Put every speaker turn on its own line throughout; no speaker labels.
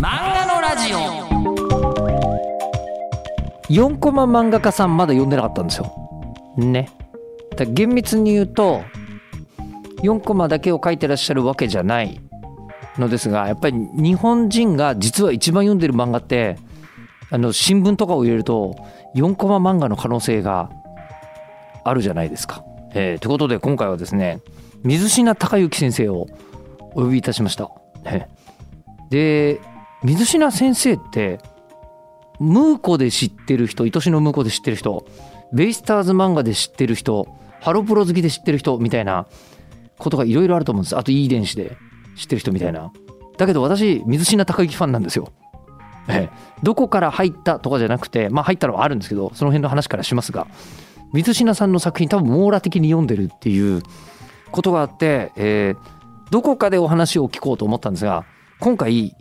漫画のラジオ
4コマ漫画家さんまだ読んでなかったんですよ。ね。だから厳密に言うと4コマだけを書いてらっしゃるわけじゃないのですがやっぱり日本人が実は一番読んでる漫画ってあの新聞とかを入れると4コマ漫画の可能性があるじゃないですか。えーということで今回はですね水品隆之先生をお呼びいたしました。ねで水品先生ってムーコで知ってる人愛しのムーコで知ってる人ベイスターズ漫画で知ってる人ハロプロ好きで知ってる人みたいなことがいろいろあると思うんですあといい電子で知ってる人みたいなだけど私水品高之ファンなんですよ、ええ、どこから入ったとかじゃなくてまあ入ったのはあるんですけどその辺の話からしますが水品さんの作品多分網羅的に読んでるっていうことがあって、えーどこかでお話を聞こうと思ったんですが今回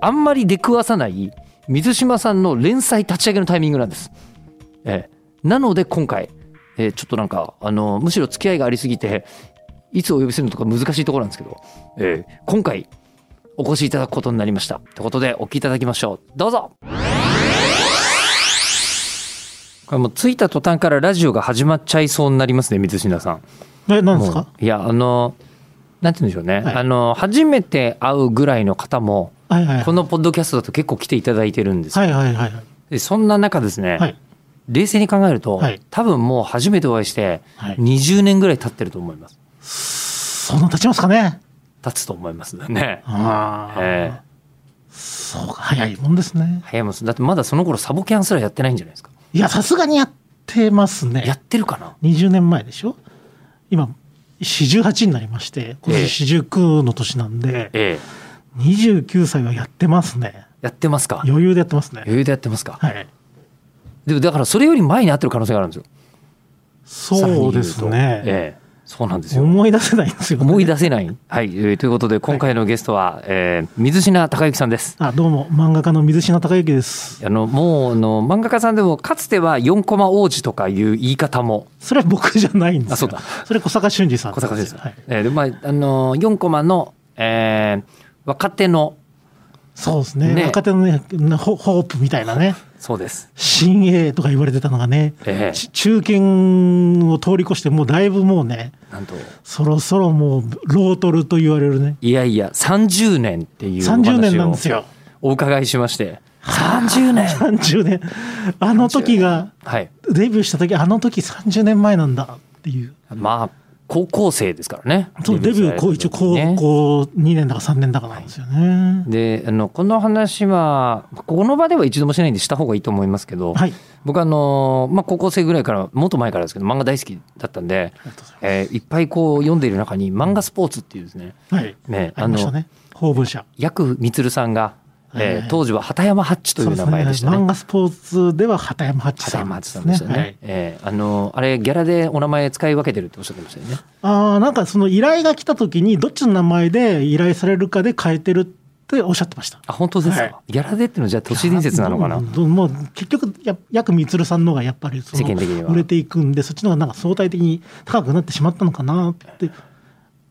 あんまり出くわさない水島さんの連載立ち上げのタイミングなんです。ええなので今回、えーちょっとなんかあのむしろ付き合いがありすぎていつお呼びするのとか難しいところなんですけど、ええ今回お越しいただくことになりました。ということでお聞きいただきましょう。どうぞこれもう着いた途端からラジオが始まっちゃいそうになりますね、水島さん。
え、なんです
も
か
ういや、あの、なんて言うんでしょうね。
はい
あの、初めて会うぐらいの方も、
はいは い。
このポッドキャストだと結構来ていただいてるんですよ
はいはいはい
でそんな中ですね、
はい。
冷静に考えると、
はい
多分もう初めてお会いして
はい
20年ぐらい経ってると思います
そんな経ちますかね
経つと思い ます ね、
ああ、
ええ
そうか、早いもんですね。
早いもんですだってまだその頃サボキャンすらやってないんじゃないですか
いや、さすがにやってますね。
やってるかな
20年前でしょ今、48になりまして、今年49の年なんで、
ええ
29歳はやってますね。
やってますか
余裕でやってますね。
余裕でやってますか、
はい。
でもだからそれより前に会ってる可能性があるんですよ
そうです
さらに言うと
ね。
ええそうなんですよ
思い出せないんですよ、
思い出せないはい、えーということで今回のゲストは、えー水品孝之さんです
あ、どうも、漫画家の水品隆之です。
あのもうあの漫画家さんでもかつては4コマ王子とかいう言い方も
それは僕じゃないんですよ。
あそうだ
それ小坂俊二さん
小坂です。
はい。
えーでまああのー4コマの、えー若手の
そうですね。
ね
若手のね、ホホープみたいなね。
そうです。
新鋭とか言われてたのがね、
ええ
ち中堅を通り越してもうだいぶもうね
なんと
そろそろもうロートルと言われるね
いやいや30年っていうお話を
30年なんですよ
お伺いしまして30年
30年あの時が
はい
デビューした時あの時30年前なんだっていう
まあ高校生ですからね。
そうデビューこう一応高
ね
校2年だか3年だかなんですよね
であのこの話はこの場では一度もしないんでした方がいいと思いますけど、
はい
僕あの、まあ、高校生ぐらいからもっと前からですけど漫画大好きだったんで
ありがとうございます
えーいっぱいこう読んでいる中に漫画スポーツっていうですね
はい、
ね
ありましたね法文社
ヤクミツルさんが、えー
はい
当時は畑山ハッチという名前でした
そうですね漫
ね。
画スポーツでは畑山八
畑
さん
山ハッチさんでしたね。
はい
えーあのあれギャラでお名前使い分けてるっておっしゃってましたよね。
ああ、なんかその依頼が来た時に、どっちの名前で依頼されるかで変えてるっておっしゃってました。
あ本当ですか。
はい
ギャラでっていうのはじゃあ都市伝説なのかな。
うんうんもう結局や、やくみつるさんの方がやっぱりその
世間的には
売れていくんで、そっちの方がなんか相対的に高くなってしまったのかなって、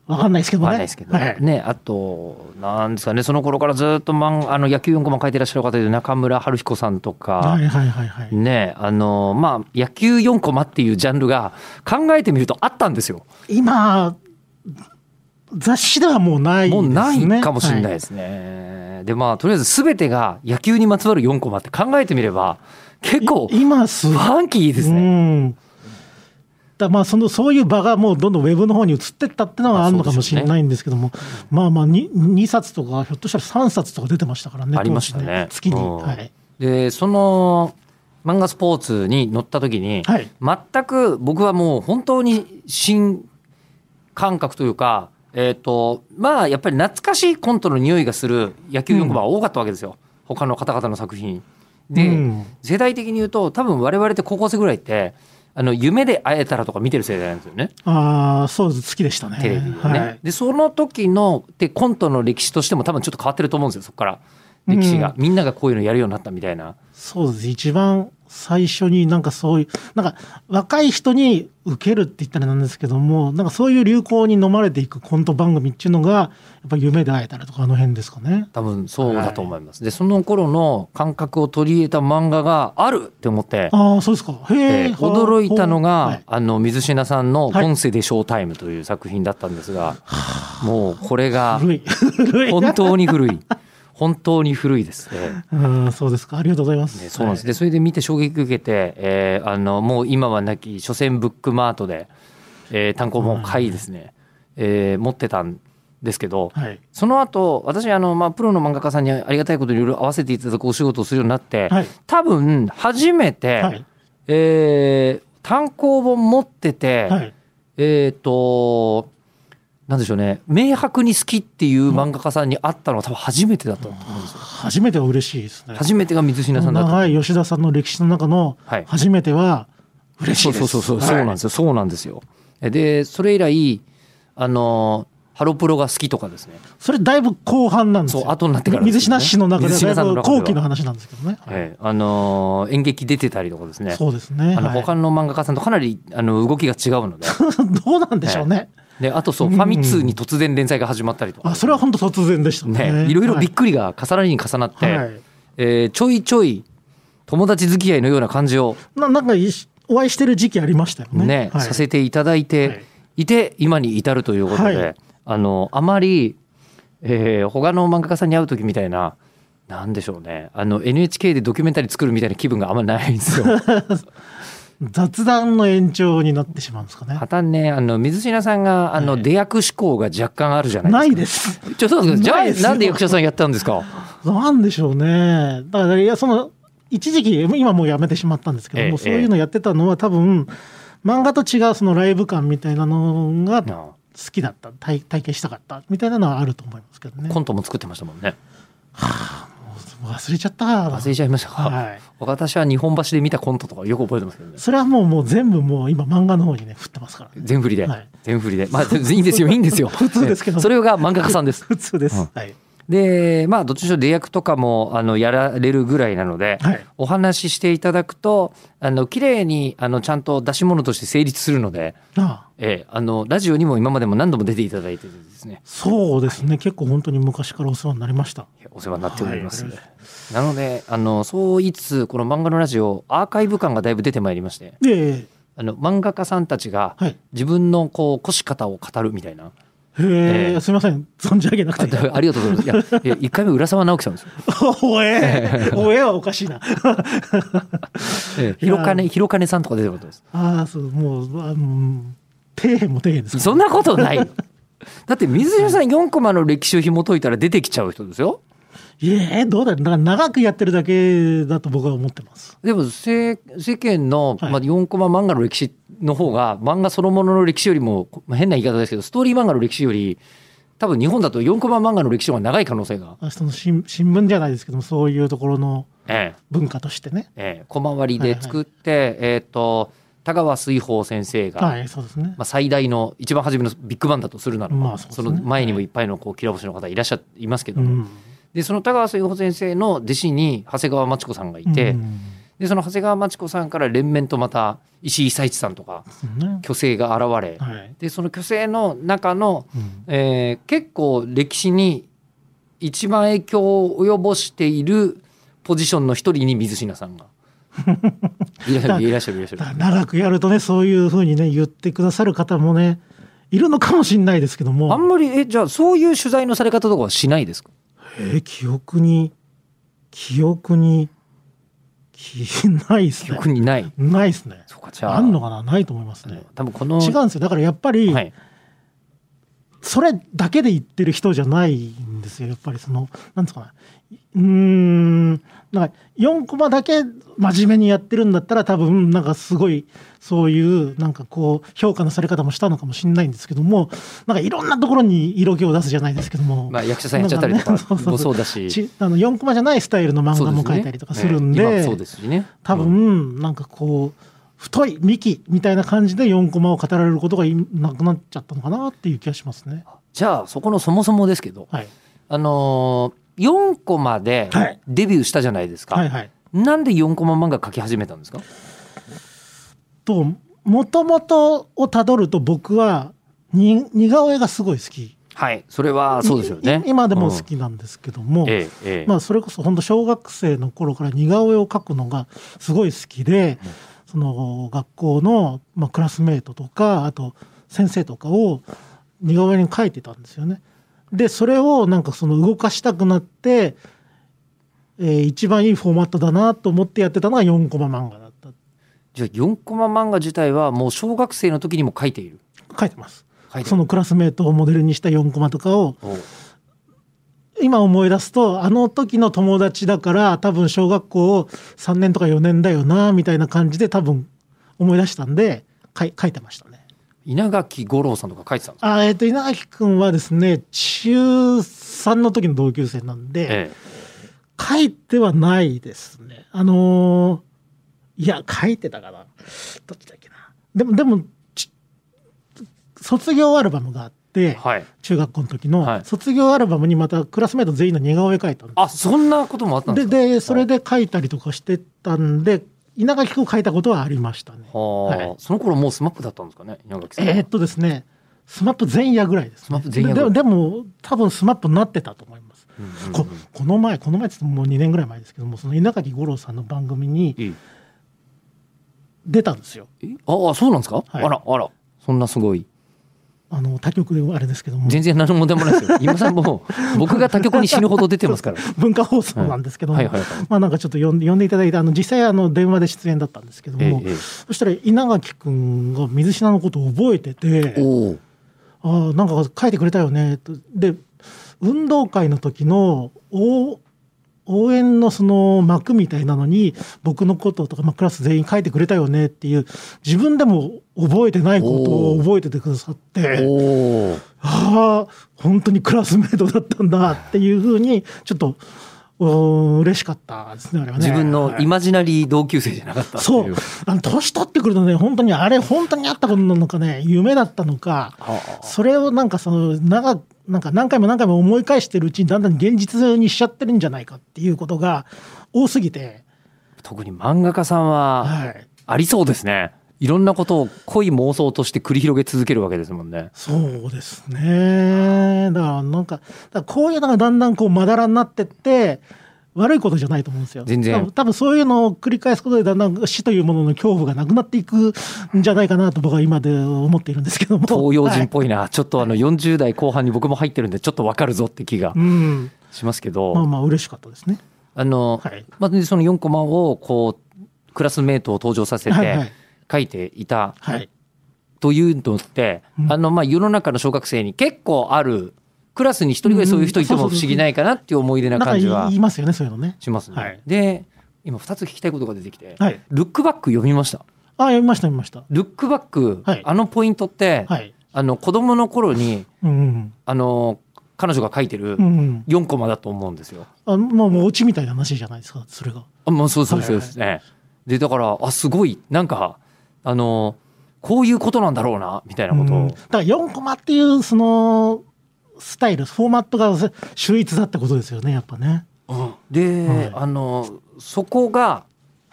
わかんないですけどね。
わかんないですけど、
はい
ねあとなんですかねその頃からずっと漫あの野球4コマ書いてらっしゃる方でいう中村春彦さんとか。
はいはいはいはい。
ねあのまあ野球4コマっていうジャンルが考えてみるとあったんですよ。
今、雑誌ではもうないです
も
ね。
うないかもしれない
は
ですね。でまあとりあえず全てが野球にまつわる4コマって考えてみれば結構
い今す
フ
ごい
ァンキーですね。
うん。だまあそのそういう場がもうどんどんウェブの方に移ってったってのはあるのかもしれないんですけども、まあまあ 2, 2冊とかひょっとしたら3冊とか出てましたからね
ありましたね
当時月に、
うん
はい、
でその漫画スポーツに乗った時に、
はい
全く僕はもう本当に新感覚というか、えー、とまあやっぱり懐かしいコントの匂いがする野球4コマは多かったわけですよ、他の方々の作品。で、
うん
世代的に言うと多分我々って高校生ぐらいってあの夢で会えたらとか見てる世代なんですよね。
ああそうです月でしたね
テレビでね、
はい、
でその時のでコントの歴史としても多分ちょっと変わってると思うんですよそこから歴史が、みんながこういうのやるようになったみたいな
そうです一番最初になんかそういうなんか若い人に受けるって言ったらなんですけどもなんかそういう流行に飲まれていくコント番組っていうのがやっぱ夢で会えたらとかあの辺ですかね。
多分そうだと思います、でその頃の感覚を取り入れた漫画があるって思って、
ああそうですか。へ
え
え。
ー驚いたのが、
はい
あの水品さんの「
はい
今世でショータイム」という作品だったんですが、もうこれが
古い古い。
本当に 古い本当に古いですね。
うんそうですか。ありがとうございます。
ねそうなんです。で、それで見て衝撃受けて、えーあの、もう今はなき書店ブックマートで、えー単行本を買いですね、えー持ってたんですけど、
はい。
その後、私、あの、まあ、プロの漫画家さんにありがたいことにいろいろ合わせていただくお仕事をするようになって、
はい
多分、初めて、
はい。
えー単行本持ってて、
はい。
えっ、と、なんでしょうね、明白に好きっていう漫画家さんに会ったのは多分初めてだったと思うんですよ。
初めては嬉しいですね。
初めてが水品さんだった。
長い吉田さんの歴史の中の
はい
初めては嬉しいです。
そうそうそうそう、
はい
そうなんですよ。そうなんですよ。えで、それ以来、あのー、ハロプロが好きとかですね。
それだいぶ後半なんですよ。
そう後になってからですね
水品氏の中で
水
は
品
だ
さ
い
んの
ぶ
中では
後期の話なんですけどね。はい
ええあのー、演劇出てたりとかですね。
そうですね。
あの、
はい
他の漫画家さんとかなり、あの、動きが違うので。
どうなんでしょうね。
で、あとそう、
うん
ファミ通に突然連載が始まったりとか。
あ、それは本当突然でしたね。
ね、いろいろびっくりが重なりに重なって、
はい
えーちょいちょい友達付き合いのような感じを
ななんかいしお会いしてる時期ありましたよね。
ね
はい
させていただい
はい
ていて、今に至るということで、
はい
あのあまり、えー他の漫画家さんに会う時みたいななんでしょうねあの NHK でドキュメンタリー作るみたいな気分があんまないんですよ。
雑談の延長になってしまうんですかね。
またねあの水品さんがあの、出役志向が若干あるじゃないですか。
ないです。
ちょっとじゃ
な
あ
いですよ
なんで役者さんやったんですか。
なんでしょうね。だから、いや、その、一時期、今もうやめてしまったんですけども、
ええ
そういうのやってたのは多分、漫画と違うそのライブ感みたいなのが好
な
きだった、体体験したかったみたいなのはあると思いますけどね。
コントも作ってましたもんね。
忘れちゃったな
忘れちゃいましたか。
はい
私は日本橋で見たコントとかよく覚えてますけどね。
それはもうもう全部もう今漫画の方にね、振ってますからね。
全振りで、
はい
全 振りで、まあ、いいんですよ、いいんですよ。普
通ですけど
それが漫画家さんです。
普通です。
うん
はい。
でまあどっちにしろ出役とかもあのやられるぐらいなので、
はい
お話ししていただくとあの綺麗にあのちゃんと出し物として成立するので、
なあ。
ええあのラジオにも今までも何度も出ていただいててですね
そうですね。結構本当に昔からお世話になりました。
お世話になっております、
はいあり
なのであのそういつこの漫画のラジオアーカイブ感がだいぶ出てまいりまして
で、
あの漫画家さんたちが
はい。
自分のこうこし方を語るみたいな、
へ
え
え、すみません。存じ上げなくて。
あありがとうございますいやいや一回目浦沢直樹さんですよ
おえ、 おえはおかしいな。
ええ広金広金さんとか出てもらってます
ああ、そう、もう、あうん底辺も底辺ですから
そんなことない。だって水島さん4コマの歴史を紐解いたら出てきちゃう人ですよ。
いえ、どうだろう。だから長くやってるだけだと僕は思ってます。
でも世世間の、
はい
まあ、4コマ漫画の歴史の方が漫画そのものの歴史よりも、まあ、変な言い方ですけどストーリー漫画の歴史より多分日本だと4コマ漫画の歴史の方が長い可能性が、
あその新新聞じゃないですけども、そういうところの
ええ
文化としてね。
ええ、小回りで作って、えっ、と田川水宝先生が、
はい、そうですね
ま。あ、最大の一番初めのビッグバンだとするならば、
まあそうです
そ
ね
の前にもいっぱいのこうきら星の方いらっしゃいますけど
う
も、
ん。
でその田川水穂先生の弟子に長谷川町子さんがいて、
うん
でその長谷川町子さんから連綿とまた石井久一さんとか
そうね
巨星が現れ、
はい。
でその巨星の中の、
うん
えー結構歴史に一番影響を及ぼしているポジションの一人に水品さん がいらっしゃるいらっしゃるいらっしゃる
だから長くやるとね、そういうふうにね、言ってくださる方もね、いるのかもしれないですけど
あん
も、
まりえじゃあそういう取材のされ方とかはしないですか
えー記憶に、記憶に、きないです
記
ね。
憶にない
ないですね。
そうかじゃあ
あんのかなないと思いますね。
多分この
違うんですよ。だからやっぱり、
はい、
それだけで言ってる人じゃないんですよ。やっぱりその、なんですかね。うーん、なんか4コマだけ真面目にやってるんだったら多分、なんかすごい、そういう、なんかこう、評価のされ方もしたのかもしれないんですけども、なんかいろんなところに色気を出すじゃないですけども。
まあ、役者さんやっちゃったりと
なんね
かもそうだし。
ちあの4コマじゃないスタイルの漫画も描いたりとかするんで、
そうすねええ今もそうですしね。
多
うん
分なんかこう太い幹みたいな感じで4コマを語られることがいなくなっちゃったのかなっていう気がしますね。
じゃあそこのそもそもですけど、
はい、
あのー、4コマで
はい
デビューしたじゃないですか。
はいはい
なんで4コマ漫画描き始めたんですか
ともともとをたどると僕はに似顔絵がすごい好き
はいそれはそうですよね
い今でも好きなんですけども、
うんええええ
まあ、それこそ本当小学生の頃から似顔絵を描くのがすごい好きで、その学校の、まあ、クラスメートとかあと先生とかを似顔絵に描いてたんですよね。でそれをなんかその動かしたくなって、えー一番いいフォーマットだなと思ってやってたのが4コマ漫画だった
じゃあ4コマ漫画自体はもう小学生の時にも描いている
書いてます。
描いてる
そのクラスメートをモデルにした4コマとかを
おう
今思い出すとあの時の友達だから多分小学校を3年とか4年だよなみたいな感じで多分思い出したんでかい書いてましたね。
稲垣吾郎さんとか描いてたんですか
あえっ、と稲垣くんはですね中3の時の同級生なんで、
え
書いてはないですね。あのーいや書いてたかなどっちだっけな。でもでもち卒業アルバムがあって
え、はい
中学校の時の、
はい
卒業アルバムにまたクラスメート全員の似顔絵描いたんです
あそんなこともあったんで
です
か
でそれで書いたりとかしてたんで稲垣君を書いたことはありましたね
はあ、
はい
その頃もうスマップだったんですかね稲垣さんは
えーっとですねスマップ前夜ぐらいです、ね、
スマップ前夜ぐらい
ででもでも多分スマップになってたと思います、
うんうんうん
ここの前この前って言ってももう2年ぐらい前ですけどもその稲垣吾郎さんの番組に
え
出たんですよ
えああそうなんですか、
はい
あらあらそんなすごい
あの他局ではあれですけども
全然何の問題もない ですよ今さんもう僕が他局に死ぬほど出てますから
文化放送なんですけども、
はいはいはいはい
まあなんかちょっと呼ん呼んでいただいてあの実際あの電話で出演だったんですけども、
ええええ
そしたら稲垣君が水品のことを覚えてて
おお
ああなんか書いてくれたよねとで運動会の時の応応援のその幕みたいなのに僕のこととか、まあ、クラス全員書いてくれたよねっていう自分でも覚えてないことを覚えててくださって
おお
ああ本当にクラスメートだったんだっていうふうにちょっとうん嬉しかったですねあれはね
自分の
はい
イマジナリー同級生じゃなかったってい
そううあの年取ってくるとね本当にあれ本当にあったことなのかね夢だったのか
ああ
それをなんかその長くなんか何回も何回も思い返してるうちにだんだん現実にしちゃってるんじゃないかっていうことが多すぎて、
特に漫画家さんは
はい、
ありそうですねいろんなことを濃い妄想として繰り広げ続けるわけですもんね
そうですねだからなんかだからこういうのがだんだんこうまだらになってって悪いことじゃないと思うんですよ
全然
多分多分そういうのを繰り返すことでだんだん死というものの恐怖がなくなっていくんじゃないかなと僕は今で思っているんですけども
東洋人っ
は
ぽいな、ちょっとあの40代後半に僕も入ってるんでちょっとわかるぞって気が
いうん
しますけど、
まあまあ嬉しかったですね
あの、
はい
まあ、でその4コマをこうクラスメートを登場させ
はいは
て
い
書いていた
はい
というのって、
うん
あのまあ世の中の小学生に結構あるクラスに一人ぐらいそういう人いても不思議ないかなっていう思い出
な
なん
か
感じ
言
はい
ますよねそういうのね
しますね。
はい
で今2つ聞きたいことが出てきて、
はい
ルックバック読みました。
あ読みました読みました
ルックバック、
はい
あのポイントって、
はい。
あの子供の頃に
うん
あの彼女が書いてる
うん。うんうん。
4コマだと思うんですよ。
あもう、もう、オチみたいな話じゃないですか、それが。
あまあそうそう
はい
そうですね。でだからあすごいなんかあのこういうことなんだろうなみたいなこと
うん
を
だから4コマっていう、その、スタイル、フォーマットがせ秀逸だってことですよね、やっぱね。
で、
はい
あのそこが、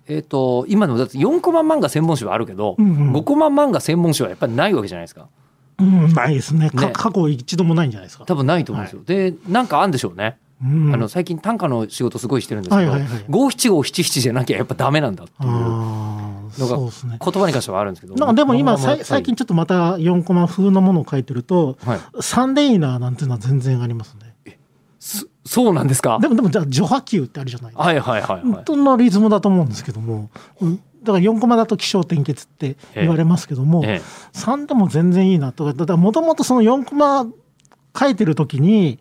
えー、と今のだって4コマ漫画専門誌はあるけど、
うんうん
5コマ漫画専門誌はやっぱりないわけじゃないですか
うん、ないですね。か
ね
過去一度もないんじゃないですか。
多分ないと思うんですよ、でなんかあんでしょうね、
うん
あの最近短歌の仕事すごいしてるんですけど、
はいはいはい
五七五七七じゃなきゃやっぱダメなんだっていう言
あー
のが
そうですね。
葉に関してはあるんですけど
なんかでも今、
漫画は
さい最近ちょっとまた4コマ風のものを書いてると、
はい、
サンデイナーなんていうのは全然ありますね。
そそうなんですか
でも、でも、じゃあ、除波球ってあるじゃないですか
はいはいはいはい、
どのリズムだと思うんですけども、うんだから4コマだと起承転結って言われますけども、
ええ
3でも全然いいなとか、だからもともとその4コマ書いてる時に、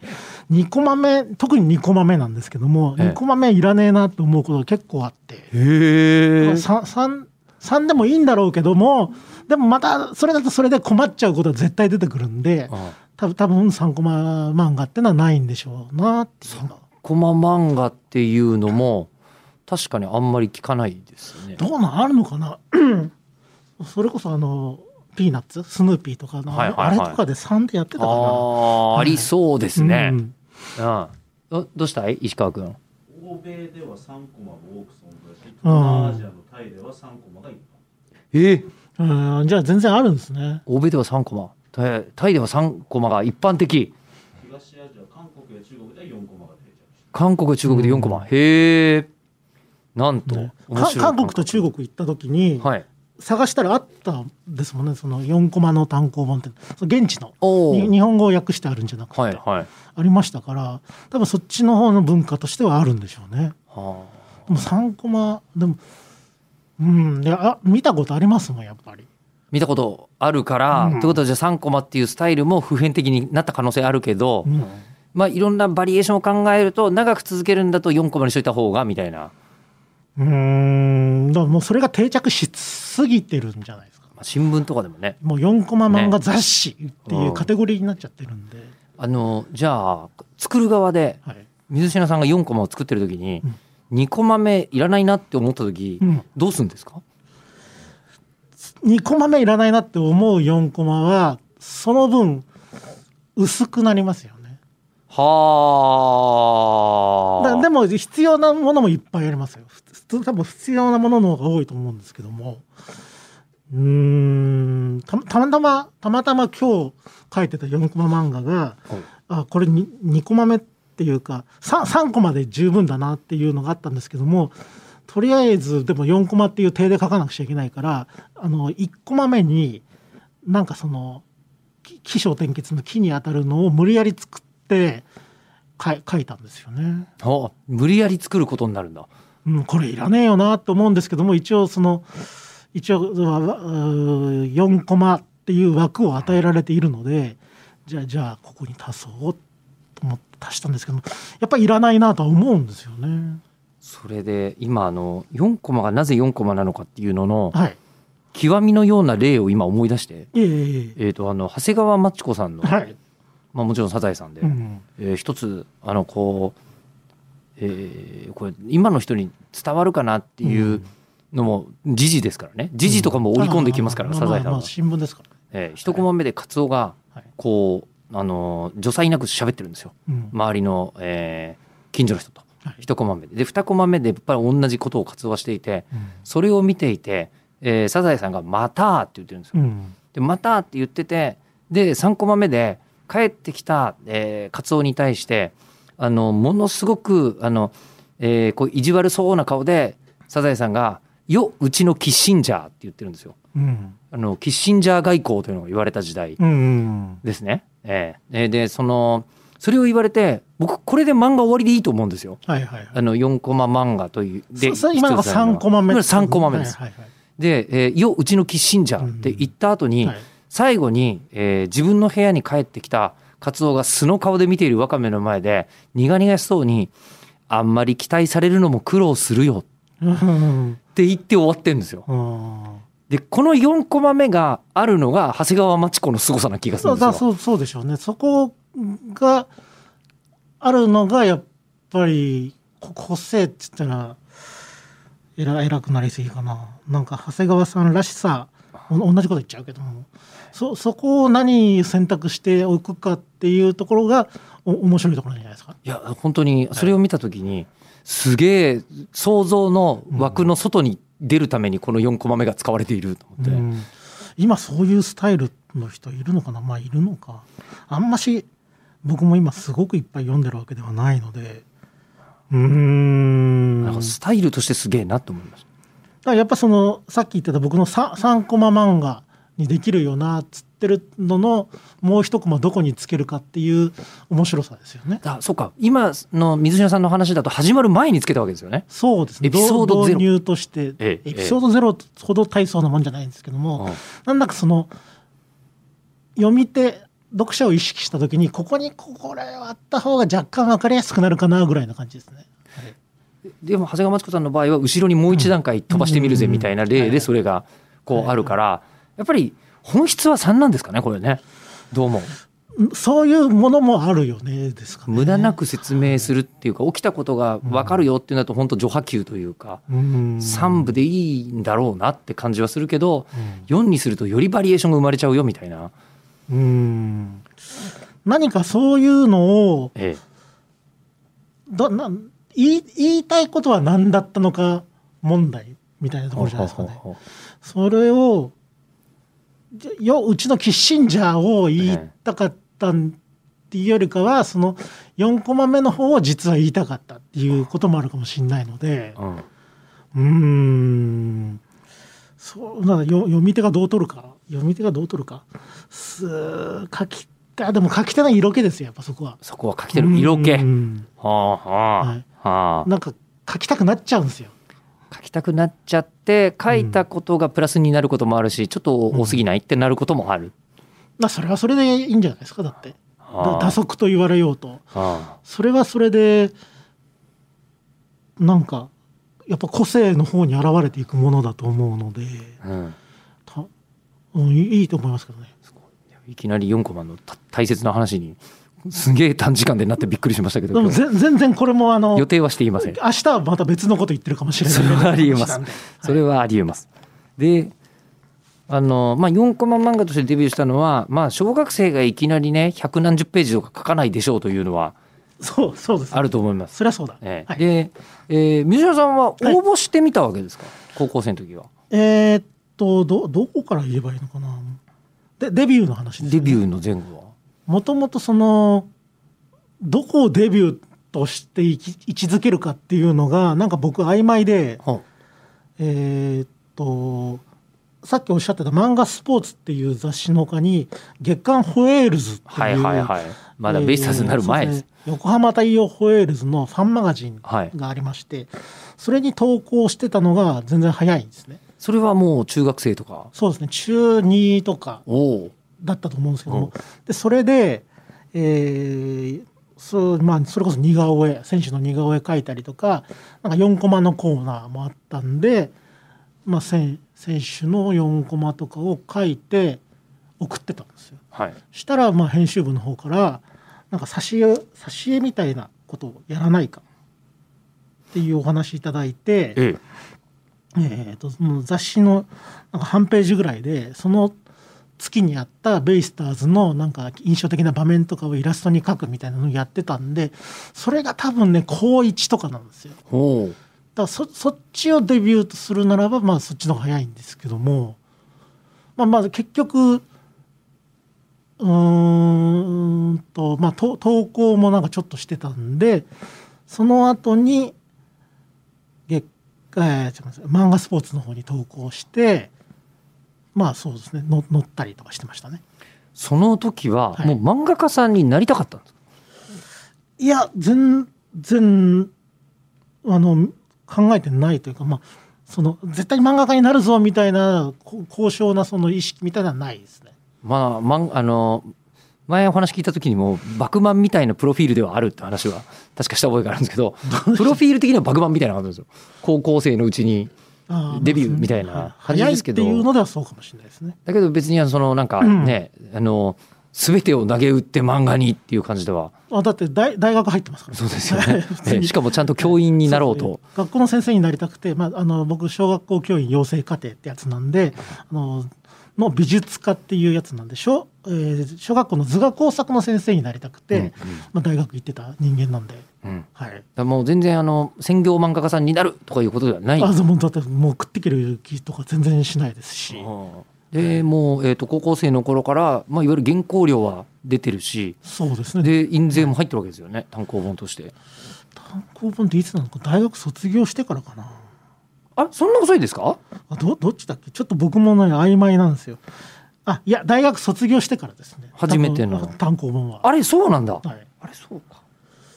2コマ目、特に2コマ目なんですけども、
ええ
2コマ目いらねえなと思うことが結構あって、
へえ
3, 3, 3でもいいんだろうけども、でもまたそれだとそれで困っちゃうことは絶対出てくるんで、多分多分3コマ漫画ってのはないんでしょうなっていうの。
コマ漫画っていうのも確かにあんまり聞かないですね
どうなんあるのかな それこそあのピーナッツスヌーピーとかの、
はいはいはい
あれとかで3でやってたかな
ああ、ありそうですね。
う
うんん。どどうしたい石川君。
僕欧米では3コマが多く存在し、東
うん
南アジアのタイでは3コマが一般。
ええ
うんじゃあ全然あるんですね。
欧米では3コマタイタイでは3コマが一般的
東アジア、韓国や中国では4コマが定着し
韓国中国で4コマ、へえなんと、
ね
面
か
白い
韓国と中国行った時に
はい
探したらあったんですもんねその4コマの単行本ってその現地の
おお
に日本語を訳してあるんじゃなくて、
はいはい
ありましたから多分そっちの方の文化としてはあるんでしょうね。
は
でも3コマでもうんいやあ見たことありますもんやっぱり。
見たことあるから、
うん
ってことはじゃあ3コマっていうスタイルも普遍的になった可能性あるけど、
うん
まあいろんなバリエーションを考えると長く続けるんだと4コマにしといた方がみたいな、
うーんだからもうそれが定着しすぎてるんじゃないですか
まあ、新聞とかでもね
もう4コマ漫画雑誌ってい
ね
うカテゴリーになっちゃってるんで、
あのじゃあ作る側で
はい
水品さんが4コマを作ってる時に
うん
2コマ目いらないなって思った時、
うん、
どうするんですか
2コマ目いらないなって思う4コマはその分薄くなりますよね
は
だ
あ
でも必要なものもいっぱいありますよふつ多分必要なものの方が多いと思うんですけどもうーんたたまたまたまたま今日書いてた4コマ漫画が
はい
あこれ 2, 2コマ目っていうか 3, 3コマで十分だなっていうのがあったんですけどもとりあえずでも4コマっていう手で書かなくちゃいけないからあの1コマ目になんかそのき起承転結の「木」に当たるのを無理やり作ってか書いたんですよね。
あ無理やり作ることになるんだ
うん、これいらねえよなと思うんですけども一応その一応4コマっていう枠を与えられているのでじゃあじゃあここに足そうと思って足したんですけどもやっぱりいらないなとは思うんですよね。
それで今あの4コマがなぜ4コマなのかっていうのの
はい、
極みのような例を今思い出して、
いえいえい
えー、とあの長谷川真知子さんの、
えはい、
まあ、もちろん「サザエさんで」
うん
えー一つあのこう、えーこれ今の人に伝わるかなっていうのも時事ですからね時事とかも織り込んできますから、
あー
サザエさ
まあ
ん
ま
は
あ、。新聞ですから、
えー、一コマ目でカツオが
はい
こうあのー助才なく喋ってるんですよ
うん
周りの、えー近所の人と
はい
一コマ目でで二コマ目でやっぱり同じことをカツオはしていてそれを見ていて、えーサザエさんが「また」って言ってるんですよ
う。ん
で「また」って言っててで3コマ目で帰ってきた、えーカツオに対してあのものすごくあの、えーこう意地悪そうな顔でサザエさんが「ようちのキッシンジャー」って言ってるんですよ。
うん
あのキッシンジャー外交というのが言われた時代
うんうん
ですね。えええーでそのそれを言われて僕これで漫画終わりでいいと思うんですよ。
はいはいは
あ
い
の4コマ漫画というで
そそれ今のが3コマ目
今3コマ目です。
はいはいは
で、えーようちのキッシンジャーって言った後に、
いはい
最後に、えー自分の部屋に帰ってきたカツオが素の顔で見ているワカメの前で苦々しそうにあんまり期待されるのも苦労するよ
うん
って言って終わってるんですよ。
うん
でこの4コマ目があるのが長谷川町子の凄さな気がす
そ
る
うん
です
だ
よ。
そうそうでしょうねそこがあるのがやっぱりこ個性って言ったら偉偉くなりすぎかななんか長谷川さんらしさお同じこと言っちゃうけどもそそこを何選択しておくかっていうところがお面白いところじゃないですか。
いや本当にそれを見た時に、すげえ想像の枠の外に出るためにこの4コマ目が使われていると思って、
うん今そういうスタイルの人いるのかなまあいるのかあんまし僕も今すごくいっぱい読んでるわけではないのでうーん
なんかスタイルとしてすげえなと思いました。
だからやっぱそのさっき言ってた僕の 3, 3コマ漫画にできるよなっつってるののもう一コマどこにつけるかっていう面白さですよね。
あそうか今の水島さんの話だと始まる前につけたわけですよね。
そうですね
エピソード
どう
ゼロ
導入として、
ええ
エピソードゼロほど大層なもんじゃないんですけども、なんだかその読み手読者を意識した時にここにここれをあった方が若干分かりやすくなるかなぐらいな感じですね。
でも長谷川町子さんの場合は後ろにもう一段階飛ばしてみるぜみたいな例でそれがこうあるからやっぱり本質は3なんですかねこれねどうも
んそういうものもあるよねですかね。
無駄なく説明するっていうか起きたことが分かるよっていうのだと本当序波球というか
うん
3部でいいんだろうなって感じはするけど
うん
4にするとよりバリエーションが生まれちゃうよみたいな。
うーん何かそういうのを
ええ
どな言い言いたいことは何だったのか問題みたいなところじゃないですかね。
ほうほうほ
それをじゃようちのキッシンジャーを言いたかったんっていうよりかはその4コマ目の方を実は言いたかったっていうこともあるかもしれないので
ううん
うーんそうなんだよ読み手がどう取るか読み手がどう取るかすー書きあでも書き手の色気ですよやっぱそこは。
そこは書きてる色気
う
は
ん
あはあ、
はい
は
なんか書きたくなっちゃうんですよ。
あ書きたくなっちゃって書いたことがプラスになることもあるしちょっと多すぎないってなることもある、
まあそれはそれでいいんじゃないですかだって。だ
はあ
打足と言われようと。
は
それはそれでなんかやっぱ個性の方に現れていくものだと思うので
あうん
た、うん、いいいいと思いますけどね。
いきなり4コマのた大切な話にすげえ短時間でなってびっくりしましたけ
で
ど
も
今日
ぜ全然これもあの
予
明
定はしていません
日はまた別のこと言ってるかもしれな い
それはありえま
話な
す
んで。
それはありえます。で、あの、まあ、4コマ漫画としてデビューしたのは、まあ、小学生がいきなりね、百何十ページとか書かないでしょうというのは
そうそうです。
あると思います。
そりゃそうだ。
ええ
はい
で、えー、水野さんは応募してみたわけですか、高校生の時は。
えーっとどどこから言えばいいのかな。でデビューの話です、
デビ
ー。
ューの前後は。
もともとそのどこをデビューとしていき位置づけるかっていうのがなんか僕曖昧で。
は
えーっとさっきおっしゃってた漫画スポーツっていう雑誌の他に月刊ホエールズっていう、
いはいはい。まだ
えー
ベイスターズになる前で
そ
す
う。ね横浜太陽ホエールズのファンマガジン
はい
がありまして、それに投稿してたのが全然早いんですね
それはもう中学生とか。
そうですね中2とか
おお。
だったと思うんですけども、
うん
でそれで、えーそうまあ、それこそ似顔絵選手の似顔絵描いたりとかなんか4コマのコーナーもあったんで、まあ、選選手の4コマとかを描いて送ってたんですよ。
はい。
したらまあ編集部の方からなんか挿絵挿絵みたいなことをやらないかっていうお話いただい
え
て。
え。
えー、とその雑誌のなんか半ページぐらいでその月にあったベイスターズのなんか印象的な場面とかをイラストに描くみたいなのをやってたんでそれが多分ね高1とかなんですよだか
おお。
らそそっちをデビューとするならばまあそっちの方が早いんですけどもまあまず結局うーんとまあと投稿もなんかちょっとしてたんでその後に月えーちょっと待って漫画スポーツの方に投稿してまあそうですねの乗ったりとかしてましたね
その時は、
はい
もう漫画家さんになりたかったんですか
いや全然あの考えてないというかまあその絶対漫画家になるぞみたいなこ高尚なその意識みたいなのはないですね
まあ、まんあの前お話聞いた時にも「バクマンみたいなプロフィールではある」って話は確かした覚えがあるんですけどプロフィール的にはバクマンみたいな感じですよ高校生のうちに
あ
デビューみたいな感じ
早い
で
っ
す
て
けど
いうのではそうかもしれないですね
だけど別にあのそのなんか
うん
ね、あの全てを投げ打って漫画にっていう感じでは
あだって大大学入ってますから
そうですよね
普通
ね
に
しかもちゃんと教員になろうと
そですね学校の先生になりたくて、まあ、あの僕小学校教員養成課程ってやつなんであのの美術科っていうやつなんで小,、えー小学校の図画工作の先生になりたくて、
うんうん
まあ、大学行ってた人間なんで、
うんだか
はい、
らもう全然あの専業漫画家さんになるとかいうことではない
あもうだってもう食っていける気とか全然しないですし、
でもう、えー、と高校生の頃から、まあ、いわゆる原稿料は出てるし
そうですね
で印税も入ってるわけですよね単行本として
単行本っていつなのか大学卒業してからかな
あそんな遅いですか
あどどっちだっけちょっと僕もね曖昧なんですよあいや大学卒業してからですね
初めての
単行単行本は
あれそうなんだ、
はい
あれそうか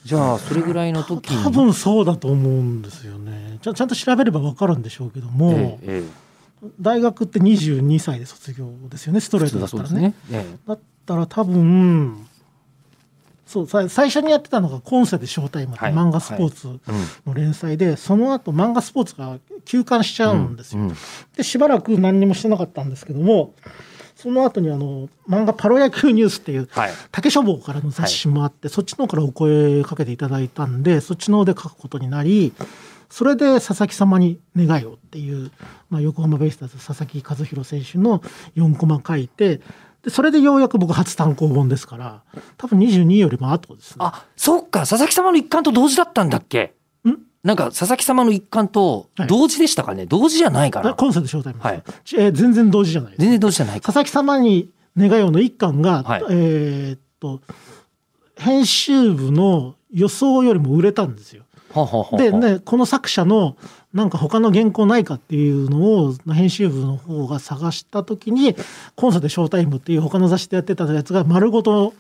じゃあそれぐらいの時に
多分そうだと思うんですよねちゃちゃんと調べれば分かるんでしょうけども、
えええ
大学って22歳で卒業ですよねスト
え
レ
普
ート
通
だ
だ
っ
そ
た
う
ら
です
ね
ねえ
だったら多分そうさ最初にやってたのが「今世でショータイム」って
はい
漫画スポーツ
えうん
の連載で、その後漫画スポーツが休刊しちゃうんですよ、
うん
でしばらく何にもしてなかったんですけどもその後にあの漫画「パロ野球ニュース」っていう
はい
竹書房からの雑誌もあって、そっちの方からお声かけていただいたんでそっちの方で書くことになりそれで佐々木様に願いをっていう、まあ、横浜ベイスターズ佐々木和弘選手の4コマ書いてでそれでようやく僕初単行本ですから多分22よりも後ですね。
あそっか佐々木様の一巻と同時だったんだっけ
ん
なんか佐々木様の一巻と
はい
同時でしたかね、同時じゃないかな
コンサートショータイムです、
はい
ちえー全然同時じゃないです
全然同時じゃないか
佐々木様に願いをの一巻が、
はい
えーっと編集部の予想よりも売れたんですよ。
はあはあはあはあ
で、ね、この作者のなんか他の原稿ないかっていうのを編集部の方が探した時に「コンサートショータイム」っていう他の雑誌でやってたやつが丸ごと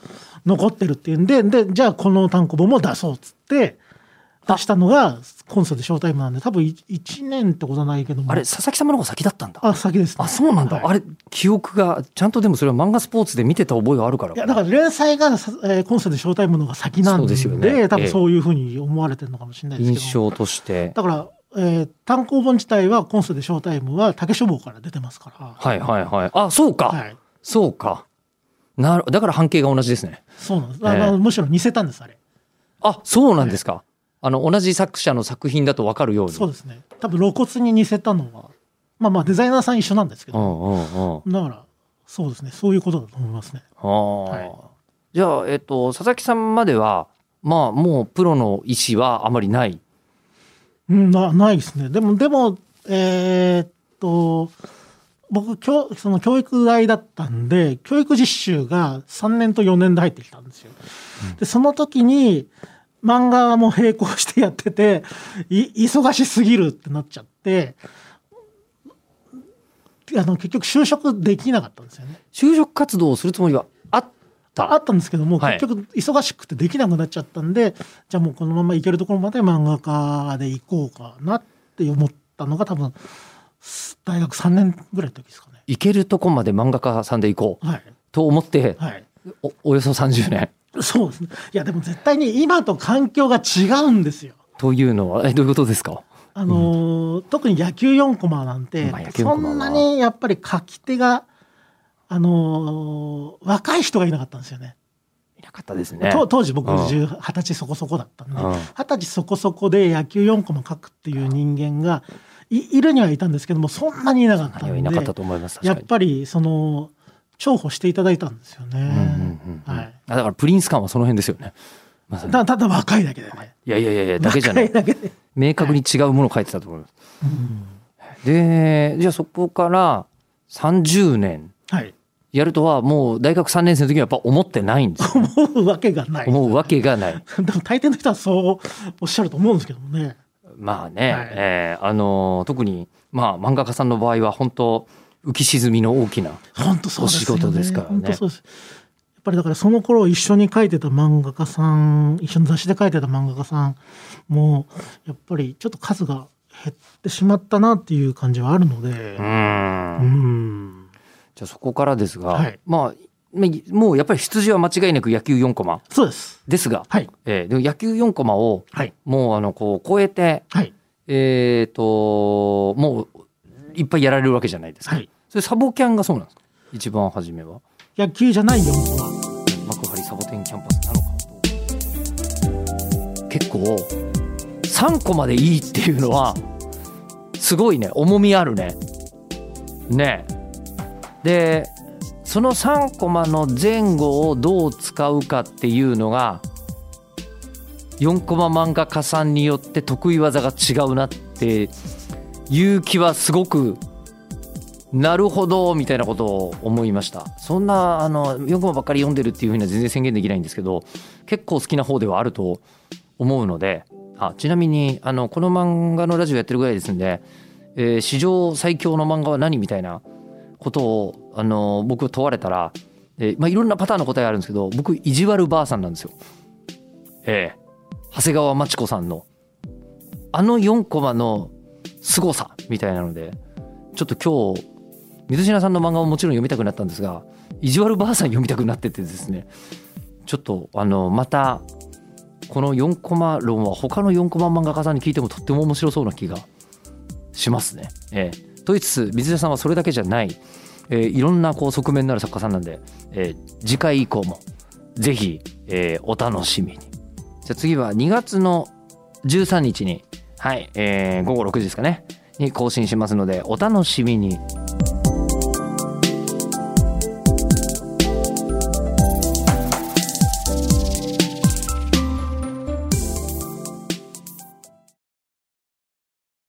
残ってるっていうんででじゃあこの単行本も出そうっつって出したのが「コンサートショータイム」なんで多分1年ってことはないけども
あれ佐々木様の方が先だったんだ
あ先ですね
あそうなんだ、
はい
あれ記憶がちゃんとでもそれは漫画スポーツで見てた覚えがあるから
いやだから連載がさ、えーコンサートショータイムの方が先なん
そう
で
ですよね
多
ええ
分そういうふうに思われてるのかもしれないですけど
印象として
だから、えー単行本自体はコンソでショータイムは竹書房から出てますか
はいはいはいあそうか、
ら、はい、
そうかなるだから半径が同じですね
そうなんです、
ええ
あのむしろ似せたんですあれ
あそうなんですか、あの同じ作者の作品だと分かるように
そうですね多分露骨に似せたのはまあまあデザイナーさん一緒なんですけ
う
ど、
んうんうん
だからそうですねそういうことだと思いますね
ああ、じゃあ、えっと、佐々木さんまでは、まあ、もうプロの意思はあまりない。
うんなないですねでもでもえーっと僕教その教育大だったんで教育実習が3年と4年で入ってきたんですよ。でその時に漫画はもう並行してやっててい忙しすぎるってなっちゃってあの結局就職できなかったんですよね。
就職活動をするつもりはあった。
あったんですけども、
はい
結局忙しくてできなくなっちゃったんでじゃあもうこのまま行けるところまで漫画家で行こうかなって思ったのが多分す大学3年ぐらいの時ですかね
行けるとこまで漫画家さんで行こう
はい
と思って、
はい
おおよそ30年
そうですねいやでも絶対に今と環境が違うんですよ
というのは、え、どういうことですか
あのー特に野球4コマなんて、
まあ野球4
そ
コマは
んなにやっぱり書き手があのー若い人がいなかったんですよね
いなかったですね。
と当時僕
うん
10 20歳そこそこだったんで、
うん
二十歳そこそこで野球4コマ書くっていう人間がいいるにはいたんですけどもそんなにいなかった
何
ん
はい
で
なかったと思います。
や
確
っ
かに。
ぱりその重宝していただいたんですよ
うんうん
ね。
うんうん。あ
はい
だからプリンス感はその辺ですよね。まさに。
たただ若いだけでね。
いやいやいやいや、だけじゃ ない
若。だけで
明確に違うものを書いてたと思います。で、じゃあそこから30年
はい。
やるとはもう大学3年生の時にはやっぱ思ってないんですよ
思うわけがない。
思うわけがない。
でも大抵の人はそうおっしゃると思うんですけどもね。
まあね、
はい
えーあのー特にまあ漫画家さんの場合は本当浮き沈みの大きな
本当そうですよ
お
ね。
仕事ですからね
本当そうです。やっぱりだからその頃一緒に書いてた漫画家さん、一緒に雑誌で書いてた漫画家さんも、やっぱりちょっと数が減ってしまったなっていう感じはあるので
う、
うんん。
じゃあそこからですが、
はい
まあまあもうやっぱり出自は間違いなく野球4コマ
そうです。
ですが、
はい。
えーでも野球4コマを
はい。
もうあのこう超えて
はい。
えっ、ともういっぱいやられるわけじゃないですか。
はい。
それサボキャンがそうなんですか一番初めは
野球じゃないよ、僕は。
幕張サボテンキャンパスなのかと結構3個までいいっていうのはすごいね重みあるねねえでその3コマの前後をどう使うかっていうのが4コマ漫画家さんによって得意技が違うなっていう気はすごくなるほどみたいなことを思いましたそんなあの4コマばっかり読んでるっていうふうには全然宣言できないんですけど結構好きな方ではあると思うのであちなみにあのこの漫画のラジオやってるぐらいですんで、えー史上最強の漫画は何みたいなことをあの僕問われたら、えーまあ、いろんなパターンの答えがあるんですけど僕意地悪ばあさんなんですよ。ええ長谷川町子さんのあの4コマの凄さみたいなのでちょっと今日水品さんの漫画ももちろん読みたくなったんですが意地悪ばあさん読みたくなっててですねちょっとあのまたこの4コマ論は他の4コマ漫画家さんに聞いてもとっても面白そうな気がしますね。ええと言いつつ水品さんはそれだけじゃない、ええいろんなこう側面のある作家さんなんで、ええ次回以降もぜひ、ええお楽しみに。じゃあ次は2月の13日に、はいええ午後6時ですかねに更新しますのでお楽しみに。